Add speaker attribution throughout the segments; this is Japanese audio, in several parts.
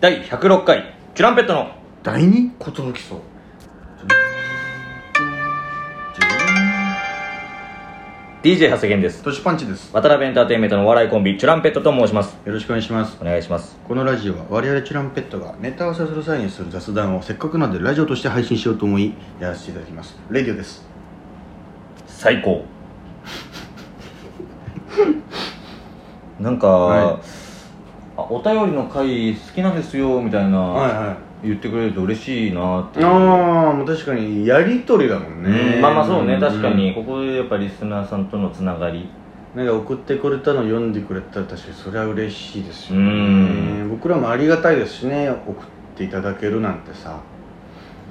Speaker 1: 第106回チュランペットの
Speaker 2: 第二寿そうじゃ
Speaker 1: DJ 長谷源です
Speaker 2: んトシパンチです
Speaker 1: 渡辺エンターテインメントのお笑いコンビチュランペットと申します
Speaker 2: よろしくお願いします
Speaker 1: お願いします
Speaker 2: このラジオは我々チュランペットがネタ合わせをする際にする雑談をせっかくなのでラジオとして配信しようと思いやらせていただきますレディオです
Speaker 1: 最 高なんか、
Speaker 2: はい
Speaker 1: あお便りの回好きなんですよみたいな、
Speaker 2: は
Speaker 1: 言ってくれると嬉しいなって
Speaker 2: いああもう確かにやりとりだもんね、
Speaker 1: うんまあまあそうね、
Speaker 2: ん
Speaker 1: 確かにここでやっぱリスナーさんとのつながり
Speaker 2: なんか送ってくれたの読んでくれたら確かにそれは嬉しいですよ
Speaker 1: う
Speaker 2: ね
Speaker 1: ん
Speaker 2: 僕らもありがたいですしね送っていただけるなんてさ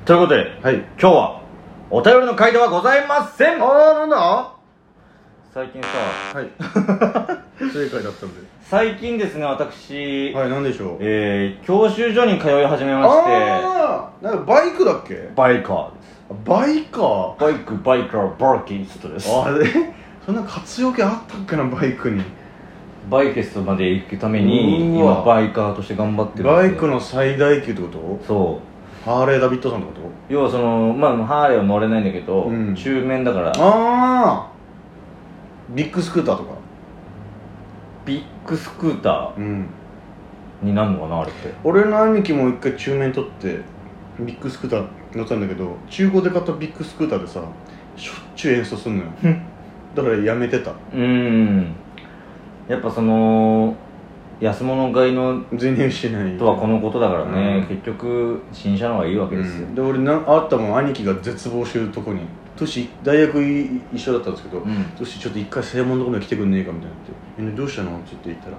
Speaker 1: ということで
Speaker 2: はい
Speaker 1: 今日はお便りの回ではございません
Speaker 2: ああなんだは
Speaker 1: 最近さ
Speaker 2: い 正解だったので
Speaker 1: 最近ですね私、
Speaker 2: はい何でしょう
Speaker 1: えー教習所に通い始めまして
Speaker 2: ああなんかバイクだっけ
Speaker 1: バイカーです
Speaker 2: バイカー
Speaker 1: バイクバイカーバーキンストです
Speaker 2: あれ そんな活用系あったっけなバイクに
Speaker 1: バイケストまで行くために
Speaker 2: うわ
Speaker 1: 今バイカーとして頑張ってるんですよ
Speaker 2: バイクの最大級ってこと
Speaker 1: そう
Speaker 2: ハーレー・ダビッドソンってこ
Speaker 1: 要はそのまあハーレーは乗れないんだけど、
Speaker 2: うん
Speaker 1: 中面だから
Speaker 2: とああビッグスクーターとか
Speaker 1: ビッグスクータ
Speaker 2: うん
Speaker 1: ーになるのかなあれって
Speaker 2: 俺の兄貴も一回中面取ってビッグスクーター乗ったんだけど中古で買ったビッグスクーターでさしょっちゅう演奏すんのよ
Speaker 1: うん
Speaker 2: だからやめてた
Speaker 1: うーんやっぱその安物買いの
Speaker 2: 全然しない
Speaker 1: とはこのことだからね、
Speaker 2: うん
Speaker 1: 結局新車の方がいいわけ
Speaker 2: う
Speaker 1: ですよ
Speaker 2: ん、で俺なあったもん兄貴が絶望してるとこに年大学い一緒だったんですけど、
Speaker 1: うん
Speaker 2: どうしてちょっと一回正門のとこまで来てくんねえかみたいになって「えねどうしたの?」って言って言ったら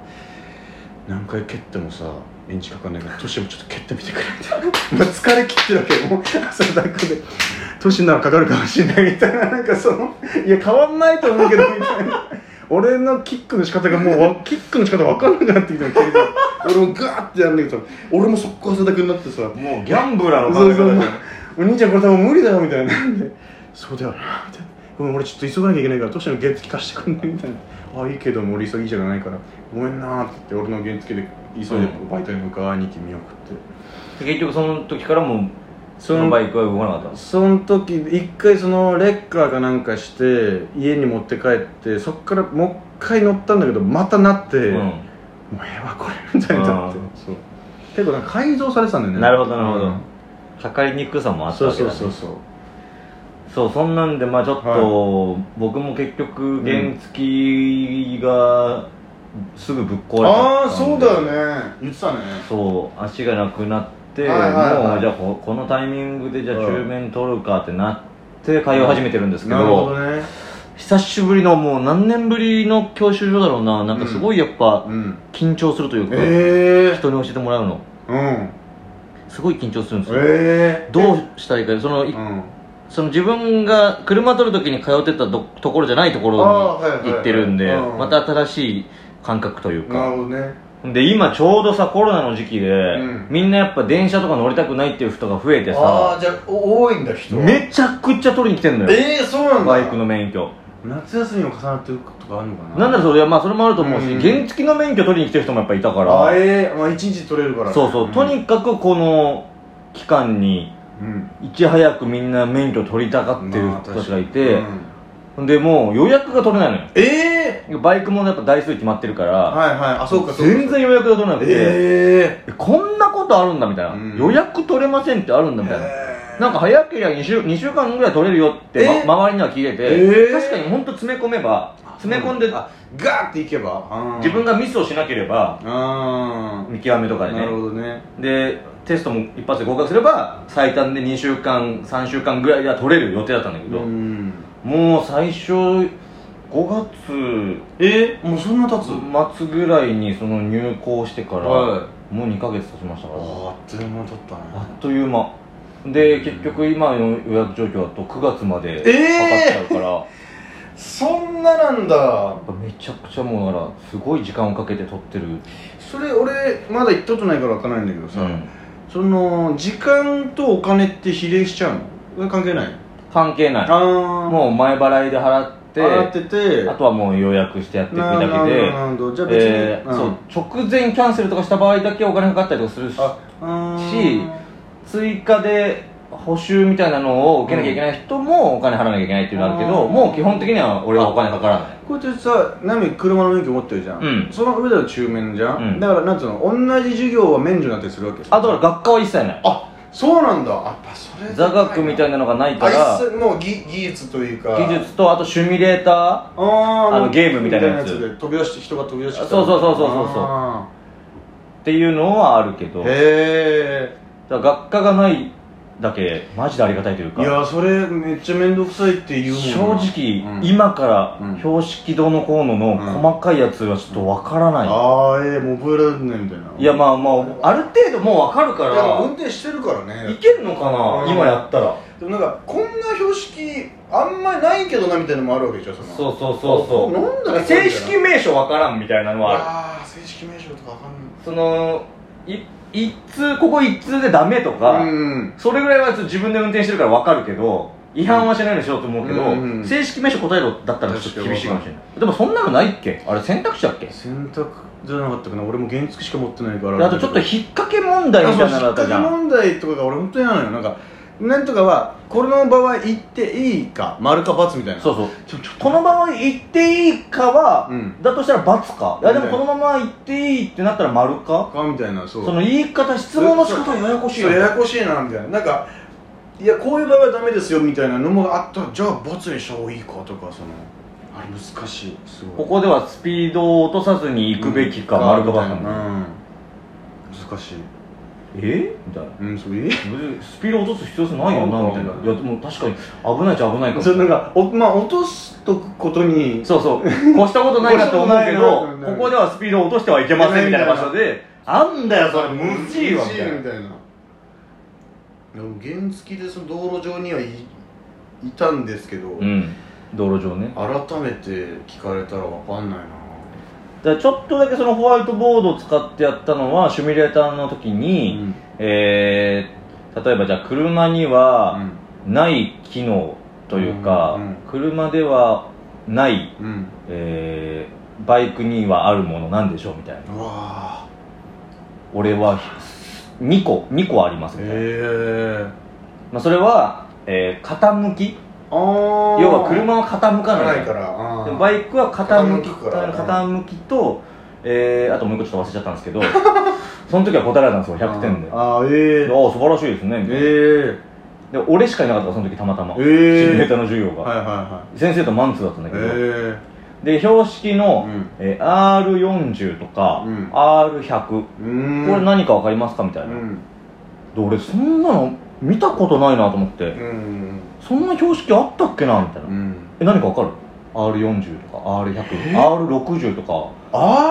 Speaker 2: 「何回蹴ってもさエンジンかかんないからトシもちょっと蹴ってみてくれ」みたいな まあ疲れ切ってるわけよもうそれだけで「トシならかかるかもしれない」みたいななんかその「いや変わんないと思うけど」みたいな俺のキックの仕方がもうわキックの仕方わかんなくなってきたの蹴りで俺もガーってやんだけど俺も速攻汗だくになってさ
Speaker 1: もうギャンブラーの
Speaker 2: そう
Speaker 1: 考え方
Speaker 2: そう
Speaker 1: じゃん
Speaker 2: お兄ちゃんこれ多分無理だよみたいなでそうだよなみたいなごめん俺ちょっと急がなきゃいけないからトシの原付貸してくんないみたいなああいいけどもう俺急ぎじゃないからごめんなーって言って俺の原付で急いで
Speaker 1: うん
Speaker 2: バイトに向かう兄貴見送って、
Speaker 1: 結局その時からもうそ
Speaker 2: そ
Speaker 1: のバ
Speaker 2: の
Speaker 1: イクは動かなかったんです
Speaker 2: その時一回そのレッカーかなんかして家に持って帰ってそっからもう一回乗ったんだけどまたなって、
Speaker 1: う
Speaker 2: も
Speaker 1: ん
Speaker 2: うええわこれみたいになって
Speaker 1: うん
Speaker 2: そう結構なんか改造されてたんだよね
Speaker 1: なるほどなるほど、
Speaker 2: うん
Speaker 1: かかりにくさもあった
Speaker 2: そ
Speaker 1: わ
Speaker 2: う
Speaker 1: け
Speaker 2: そ
Speaker 1: だ、
Speaker 2: う
Speaker 1: ね、
Speaker 2: そうそう
Speaker 1: そうそんなんでまあちょっと、僕も結局原付がすぐぶっ壊れちゃっ
Speaker 2: ああ
Speaker 1: たんで
Speaker 2: そうだよね言ってたね
Speaker 1: そう足がなくなって、
Speaker 2: はいはいはい
Speaker 1: もうじゃあここのタイミングでじゃあ
Speaker 2: うん
Speaker 1: 中面取るかってなって通い始めてるんですけど,、
Speaker 2: なるほどね
Speaker 1: 久しぶりのもう何年ぶりの教習所だろうななんかすごいやっぱ
Speaker 2: うん
Speaker 1: 緊張するというか、
Speaker 2: ええ
Speaker 1: 人に教えてもらうの
Speaker 2: うん
Speaker 1: すごい緊張するんですよ、
Speaker 2: ええ
Speaker 1: どうしたいかその,、い
Speaker 2: うん
Speaker 1: その自分が車取る時に通ってたどところじゃないところに
Speaker 2: ああはいはいはい
Speaker 1: 行ってるんで、
Speaker 2: うん
Speaker 1: また新しい感覚というか
Speaker 2: なるほどね
Speaker 1: で今ちょうどさコロナの時期で、
Speaker 2: ん
Speaker 1: みんなやっぱ電車とか乗りたくないっていう人が増えて
Speaker 2: あ
Speaker 1: さ
Speaker 2: あじゃあお多いんだ人
Speaker 1: めちゃくちゃ取りに来てんのよ
Speaker 2: ええそうなんだ
Speaker 1: バイクの免許
Speaker 2: 夏休みも重なってることかあるのかな
Speaker 1: なんだろうそれはまあそれもあると思うし、
Speaker 2: うん
Speaker 1: 原付の免許取りに来てる人もやっぱいたか
Speaker 2: あ
Speaker 1: ら
Speaker 2: ええまあ一日取れるからね
Speaker 1: そうそう、
Speaker 2: ん
Speaker 1: とにかくこの期間に
Speaker 2: うん
Speaker 1: いち早くみんな免許取りたがってる人たちがいて
Speaker 2: まあ、確かにうん
Speaker 1: でもう予約が取れないの
Speaker 2: ええ
Speaker 1: よバイクもやっぱ台数決まってるから、
Speaker 2: はいはいあそうかそうか
Speaker 1: 全然予約が取れなくて、
Speaker 2: ええ
Speaker 1: えこんなことあるんだみたいな、
Speaker 2: うん
Speaker 1: 予約取れませんってあるんだみたいな、
Speaker 2: ええ
Speaker 1: なんか早ければ 2, 週2週間ぐらい取れるよって、ま
Speaker 2: え
Speaker 1: 周りには聞いてて、
Speaker 2: えー
Speaker 1: 確かに本当詰め込めば詰め込んで
Speaker 2: あガーっていけばあー
Speaker 1: 自分がミスをしなければ
Speaker 2: あ
Speaker 1: 見極めとか
Speaker 2: あ
Speaker 1: で
Speaker 2: なる
Speaker 1: ね
Speaker 2: ほどね
Speaker 1: でテストも一発で合格すれば最短で2週間3週間ぐらいでは取れる予定だったんだけど、
Speaker 2: ん
Speaker 1: もう最初5月
Speaker 2: えもうそんな経つ
Speaker 1: 末ぐらいにその入校してから、
Speaker 2: は
Speaker 1: もう2ヶ月経ちましたから
Speaker 2: あっという間だったね
Speaker 1: あっという間で結局今の予約状況だと9月までかかっちゃうから、や
Speaker 2: そんななんだ
Speaker 1: っぱめちゃくちゃもうだからすごい時間をかけて撮ってる
Speaker 2: それ俺まだ行ったことないから分かんないんだけどさ、
Speaker 1: うん
Speaker 2: その時間とお金って比例しちゃうのそれ関係ない
Speaker 1: 関係ない
Speaker 2: ああ
Speaker 1: もう前払いで払ってて
Speaker 2: 払ってて
Speaker 1: あとはもう予約してやっていくだけ
Speaker 2: なる
Speaker 1: で
Speaker 2: ほどなるほどじゃあ別に、
Speaker 1: えー
Speaker 2: ん
Speaker 1: そう直前キャンセルとかした場合だけお金かかったりとかするし
Speaker 2: あうーん
Speaker 1: し追加で補修みたいなのを受けなきゃいけない人もお金払わなきゃいけないっていうのはあるけど、
Speaker 2: うん
Speaker 1: もう基本的には俺はお金かからない
Speaker 2: こうやってさナミ車の免許持ってるじゃん、
Speaker 1: うん
Speaker 2: その上では中免じゃん、
Speaker 1: うん
Speaker 2: だからなんつうの同じ授業は免除になったりするわけ
Speaker 1: あとは学科は一切ない
Speaker 2: あそうなんだやっぱそれ
Speaker 1: 座学みたいな
Speaker 2: な
Speaker 1: のがないか
Speaker 2: あ
Speaker 1: ら
Speaker 2: 一切もう技技術というか
Speaker 1: 技術とあとシミュレータ
Speaker 2: あー
Speaker 1: あの
Speaker 2: もう
Speaker 1: ゲームみたいなやつ
Speaker 2: で飛び出して人が飛び出してきた
Speaker 1: そうそうそうそうそうそう
Speaker 2: あ
Speaker 1: ーっていうのはあるけ
Speaker 2: ー
Speaker 1: どだか
Speaker 2: へ
Speaker 1: ら学科がないだけマジでありがたいという
Speaker 2: えい
Speaker 1: か
Speaker 2: やそれめっちゃ面倒くさいって言うもん
Speaker 1: 正直、
Speaker 2: うん
Speaker 1: 今から
Speaker 2: うん
Speaker 1: 標識どうのこうのの
Speaker 2: うん
Speaker 1: 細かいやつはちょっとわからない、
Speaker 2: ああええもう覚えられないみたいない
Speaker 1: やまあまあある程度もうわかるか
Speaker 2: いやでも運
Speaker 1: ら
Speaker 2: 転してるからね
Speaker 1: いけるのかな、
Speaker 2: うん
Speaker 1: 今やったら
Speaker 2: でもなんかこんな標識あんまりないけどなみたいなのもあるわけでしょその
Speaker 1: そうそうそうそう
Speaker 2: なんだね
Speaker 1: 正式名称わからんみたいなのはある
Speaker 2: ああ正式名称とかわかんない
Speaker 1: そのい一通ここ一通でダメとか、
Speaker 2: うん
Speaker 1: それぐらいはちょっと自分で運転してるからわかるけど違反はしないようにしようと思うけど、
Speaker 2: うん
Speaker 1: 正式名称答えろだったらちょっと厳しいかもしれないでもそんなのないっけあれ選択肢だっけで
Speaker 2: 選択じゃなかったかな俺も原付しか持ってないから
Speaker 1: あとちょっと
Speaker 2: 引っ
Speaker 1: 引っ掛け問題みたいなのだった
Speaker 2: 掛
Speaker 1: じ
Speaker 2: け
Speaker 1: ゃん
Speaker 2: 問題とかが俺本当に嫌なのよなんかなんとかはこの場合言っていいか丸か×みたいな
Speaker 1: そうそう
Speaker 2: ちょちょっと
Speaker 1: このまま行っていいかは、
Speaker 2: うん
Speaker 1: だとしたら罰かいやでもこのまま行っていいってなったら丸か
Speaker 2: かみたいなそう
Speaker 1: その言い方質問の仕方ややこしいよ
Speaker 2: そうややこしいなみたいななんかいやこういう場合はダメですよみたいなのもあったらじゃあボツにした方がいいかとかそのあれ難しいす
Speaker 1: こ
Speaker 2: ごい
Speaker 1: こではスピードを落とさずに行くべきか、丸か罰
Speaker 2: うん
Speaker 1: か
Speaker 2: 難しい
Speaker 1: えみたいな
Speaker 2: うんそうえ
Speaker 1: 別にスピード落とす必要性ないよなみたいないやでも確かに危ないっちゃ危 ないかも
Speaker 2: それなんかおまあ落とすとくことに
Speaker 1: そうそう越したことないなと思うけど
Speaker 2: 越したことないな
Speaker 1: ここではスピードを落としてはいけませんみたいな場所であんだよそれ無事よみたいな
Speaker 2: たいなでも原付でその道路上にはい、いたんですけど、
Speaker 1: うん道路上ね
Speaker 2: 改めて聞かれたらわかんないな
Speaker 1: だからちょっとだけそのホワイトボードを使ってやったのはシミュレーターの時に、
Speaker 2: ん
Speaker 1: えー例えばじゃあ車にはない機能というか、
Speaker 2: うんうん
Speaker 1: 車ではない、
Speaker 2: うん
Speaker 1: えーバイクにはあるものなんでしょうみたいな
Speaker 2: うわ
Speaker 1: 俺は2個2個ありますみたいな、
Speaker 2: へえ
Speaker 1: まあ、それは、えー傾き
Speaker 2: あー
Speaker 1: 要は車は傾か
Speaker 2: が
Speaker 1: ない
Speaker 2: ないから
Speaker 1: でバ
Speaker 2: イ
Speaker 1: イクは傾き
Speaker 2: 傾くから
Speaker 1: 傾きと、えーあともう一個ちょっと忘れちゃったんですけ どその時は答えられたんですよ100点でああ
Speaker 2: あーええ
Speaker 1: 素晴らしいですねみたいな
Speaker 2: ええ
Speaker 1: で俺しかいなかったからその時たまたま、
Speaker 2: え
Speaker 1: シミュレー
Speaker 2: え
Speaker 1: ターの授業が、
Speaker 2: はいはいはい
Speaker 1: 先生とマンツーだったんだけど、
Speaker 2: え
Speaker 1: で標識
Speaker 2: え
Speaker 1: の、
Speaker 2: うん
Speaker 1: えー R40 とか、
Speaker 2: うん
Speaker 1: R100 こ
Speaker 2: うーん
Speaker 1: れ何か分かりますかみたいうな、で
Speaker 2: ん
Speaker 1: 俺そんなの見たことないなと思って、
Speaker 2: うん
Speaker 1: そんな標識あったっけなみたいな、
Speaker 2: うん
Speaker 1: え何か分かる R40 とか R100
Speaker 2: え
Speaker 1: R60 とか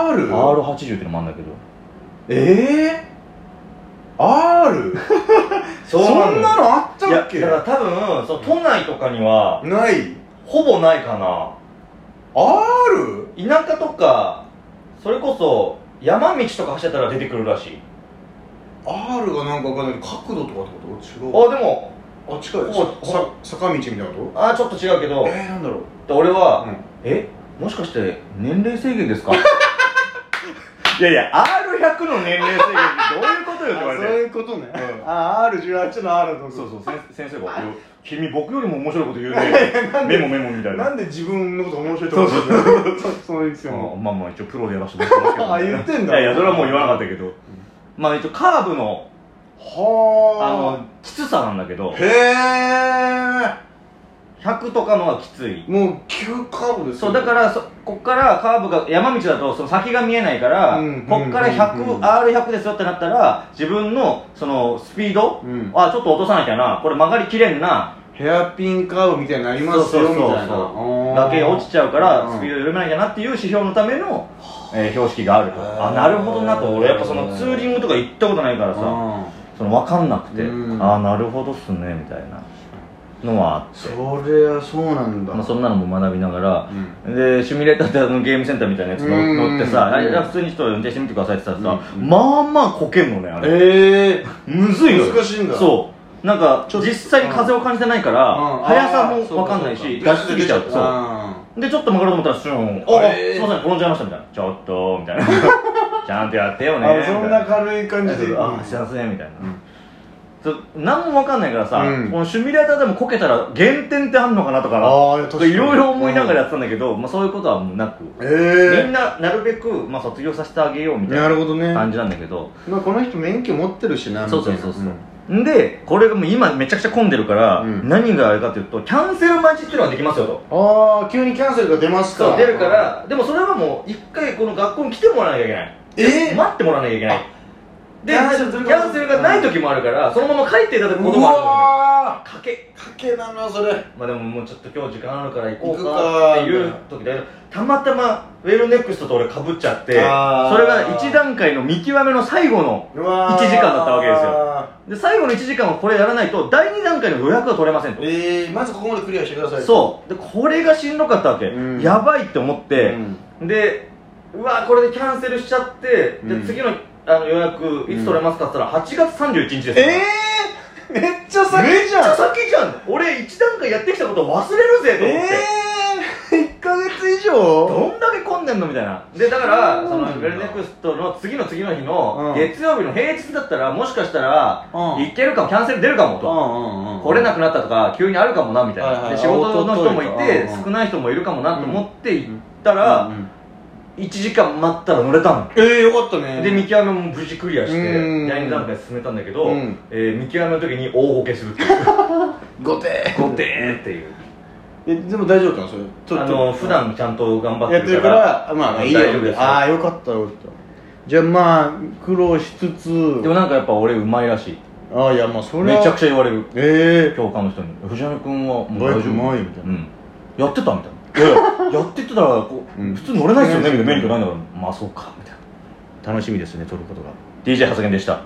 Speaker 2: R?
Speaker 1: R80 ってのもあるんだけど
Speaker 2: えー、R? そんなのあったっけ
Speaker 1: いやだから多分その都内とかには
Speaker 2: ない
Speaker 1: ほぼないかな
Speaker 2: R?
Speaker 1: 田舎とかそれこそ山道とか走ってたら出てくるらしい
Speaker 2: R がなんかわかんない角度とかってこと違
Speaker 1: あで
Speaker 2: う
Speaker 1: も
Speaker 2: あ近い
Speaker 1: ほ
Speaker 2: さ
Speaker 1: ぼ
Speaker 2: さ坂道みたいなこ
Speaker 1: あちょっと違うけど
Speaker 2: とえー、なんだろう
Speaker 1: で俺は、
Speaker 2: うん
Speaker 1: えもしかして年齢制限です かいやいや R100 の年齢制限ってどういうことよって言わ
Speaker 2: あ
Speaker 1: れ
Speaker 2: そう
Speaker 1: て
Speaker 2: いうことね、
Speaker 1: うん
Speaker 2: あ R18 の R の
Speaker 1: そうそう先先生がいや「君僕よりも面白いこと言うねメモメモ」みたいな
Speaker 2: なんで自分のこと面白いと思ってるのそうそうですよ
Speaker 1: あ
Speaker 2: ね
Speaker 1: まあまあ一応プロでやらせてもらってます けど
Speaker 2: あ言ってんだ
Speaker 1: いやいやそれはもう言わなかったけど、まあ一応カーブのあ
Speaker 2: は
Speaker 1: のきつさなんだけど
Speaker 2: あへ
Speaker 1: 100とかのはきつい
Speaker 2: えもう急カーブです
Speaker 1: そうだかららそこっからカーブが山道だとその先が見えないから、
Speaker 2: うん
Speaker 1: こっから100、
Speaker 2: うんうんうん
Speaker 1: R100 ですよってなったら自分のそのスピード、
Speaker 2: うん
Speaker 1: あちょっと落とさなきゃなこれ曲がりきれんな
Speaker 2: ヘアピンカーブみたいになりますよみたいな
Speaker 1: だけ落ちちゃうから
Speaker 2: うん
Speaker 1: スピード緩めなきゃなっていう指標のための、えー標識があると
Speaker 2: へー
Speaker 1: あなるほどなと俺やっぱそのツーリングとか行ったことないからさ、
Speaker 2: さ
Speaker 1: その分かんなくて、
Speaker 2: うん
Speaker 1: ああなるほどっすねみたいなのはあって
Speaker 2: そりゃそうなんだ
Speaker 1: まあ、そんなのも学びながら
Speaker 2: うん
Speaker 1: でシミュレーターってあのゲームセンターみたいなやつの
Speaker 2: うん
Speaker 1: 乗ってさ「
Speaker 2: うん
Speaker 1: あじゃあ普通にちょっと運転してみてください」って言ったらさ、
Speaker 2: うんうん
Speaker 1: まあまあこけんのねあれ
Speaker 2: ええ
Speaker 1: むずいのよ
Speaker 2: 難しいんだ
Speaker 1: そうなんか
Speaker 2: ちょっと
Speaker 1: 実際に風を感じてないから、
Speaker 2: うん
Speaker 1: 速さ
Speaker 2: あー
Speaker 1: も
Speaker 2: そうか
Speaker 1: 分かんないし
Speaker 2: そうか
Speaker 1: 出しすぎちゃう
Speaker 2: 出
Speaker 1: そう
Speaker 2: し
Speaker 1: でちょっと曲がろうと思ったらシューン「あ、
Speaker 2: えー
Speaker 1: すいません転んじゃいました」みたいな「ちょっと」みたいな 「ちゃんとやってよね」
Speaker 2: あそんな
Speaker 1: 感
Speaker 2: 軽い感じで
Speaker 1: あすいません」みたいな
Speaker 2: うん
Speaker 1: そう何も分かんないからさ、
Speaker 2: うん
Speaker 1: このシミュレーターでもこけたら減点ってあんのかなとか
Speaker 2: ああ確
Speaker 1: と
Speaker 2: か
Speaker 1: か
Speaker 2: に
Speaker 1: いろいろ思いながらやってたんだけど、まあ、そういうことはもうなく、み
Speaker 2: え
Speaker 1: んななるべく、まあ、卒業させてあげようみ
Speaker 2: え
Speaker 1: たい
Speaker 2: な
Speaker 1: な
Speaker 2: るほどね
Speaker 1: 感じなんだけど、
Speaker 2: まあこの人免許持ってるしな
Speaker 1: そうそう
Speaker 2: みたいな
Speaker 1: そうそうんでこれがもう今めちゃくちゃ混んでるから、
Speaker 2: うん
Speaker 1: 何があれかというとキャンセル待ちっていうのができますよと。
Speaker 2: ああ急にキャンセルが出ますか
Speaker 1: そう出るからでもそれはもう一回この学校に来てもらわなきゃいけない
Speaker 2: え
Speaker 1: 待ってもらわなきゃいけないでキ
Speaker 2: キャンセルすること
Speaker 1: ャンセルがない時もあるからそのまま帰っていただく
Speaker 2: う
Speaker 1: こともあ
Speaker 2: わ
Speaker 1: るかけ
Speaker 2: ーかけなのそれ
Speaker 1: まあでももうちょっと今日時間あるから行こう
Speaker 2: 行くか
Speaker 1: かっていう時だけどたまたまウェルネクストと俺かぶっちゃってそれ
Speaker 2: あー
Speaker 1: が1段階の見極めの最後の
Speaker 2: うわー
Speaker 1: 1時間だったわけですで最後の1時間はこれやらないと第2段階の予約が取れませんと
Speaker 2: ええまずここまでクリアしてください
Speaker 1: そうでこれがしんどかったわけ、
Speaker 2: うん
Speaker 1: やばいって思って、
Speaker 2: ん
Speaker 1: でうわこれでキャンセルしちゃって、
Speaker 2: うん
Speaker 1: で次のあの予約いつ取れますかって言ったら8月31日ですから
Speaker 2: ええめっちゃ先
Speaker 1: めっち
Speaker 2: じゃん
Speaker 1: ゃ先じゃん俺1段階やってきたこと忘れるぜと思って、
Speaker 2: ええー、1か月以上
Speaker 1: どんだけ混んでんのみたいなでだから
Speaker 2: そう
Speaker 1: そ
Speaker 2: な
Speaker 1: の
Speaker 2: んだ
Speaker 1: ウェルネクストの次の次の日
Speaker 2: うん
Speaker 1: の月曜日の平日だったらもしかしたら
Speaker 2: うん
Speaker 1: いけるかもキャンセル出るかもと
Speaker 2: うんうん
Speaker 1: 来れなくなったとか急にあるかもなみたい
Speaker 2: はいはい
Speaker 1: なで仕事の人もい
Speaker 2: おっとっとい
Speaker 1: て
Speaker 2: かうん
Speaker 1: 少ない人もいるかもなと思って行った
Speaker 2: た
Speaker 1: ら1時間待ったら乗れたの
Speaker 2: ええよかったね
Speaker 1: で見極めも無事クリアして
Speaker 2: うん
Speaker 1: 第2段階進めたんだけど、
Speaker 2: うん
Speaker 1: えー見極めの時に大ボケするっていう
Speaker 2: ごて
Speaker 1: ごてーっていう
Speaker 2: えでも大丈夫だったのそれ
Speaker 1: あの普段ちゃんと頑張
Speaker 2: や
Speaker 1: っ
Speaker 2: ってて
Speaker 1: る
Speaker 2: る
Speaker 1: か
Speaker 2: かららまあまあいいよ
Speaker 1: 大丈夫です
Speaker 2: ああよかったよかったじゃあまあ苦労しつつ
Speaker 1: でもなんかやっぱ俺うまいらしい
Speaker 2: ああいやまあそれは
Speaker 1: めちゃくちゃ言われる
Speaker 2: ええ
Speaker 1: 教官の人に「藤波君はもう
Speaker 2: バイ
Speaker 1: 大
Speaker 2: ク
Speaker 1: 丈
Speaker 2: う
Speaker 1: 夫
Speaker 2: まいみたいな
Speaker 1: うん、やってた」み たいな「いやいややってってたらこう、
Speaker 2: うん
Speaker 1: 普通乗れないですよね」みたいな免許ないんだから「まあそうか」みたいな
Speaker 2: 楽しみですね撮ることが
Speaker 1: 「DJ 発言でした」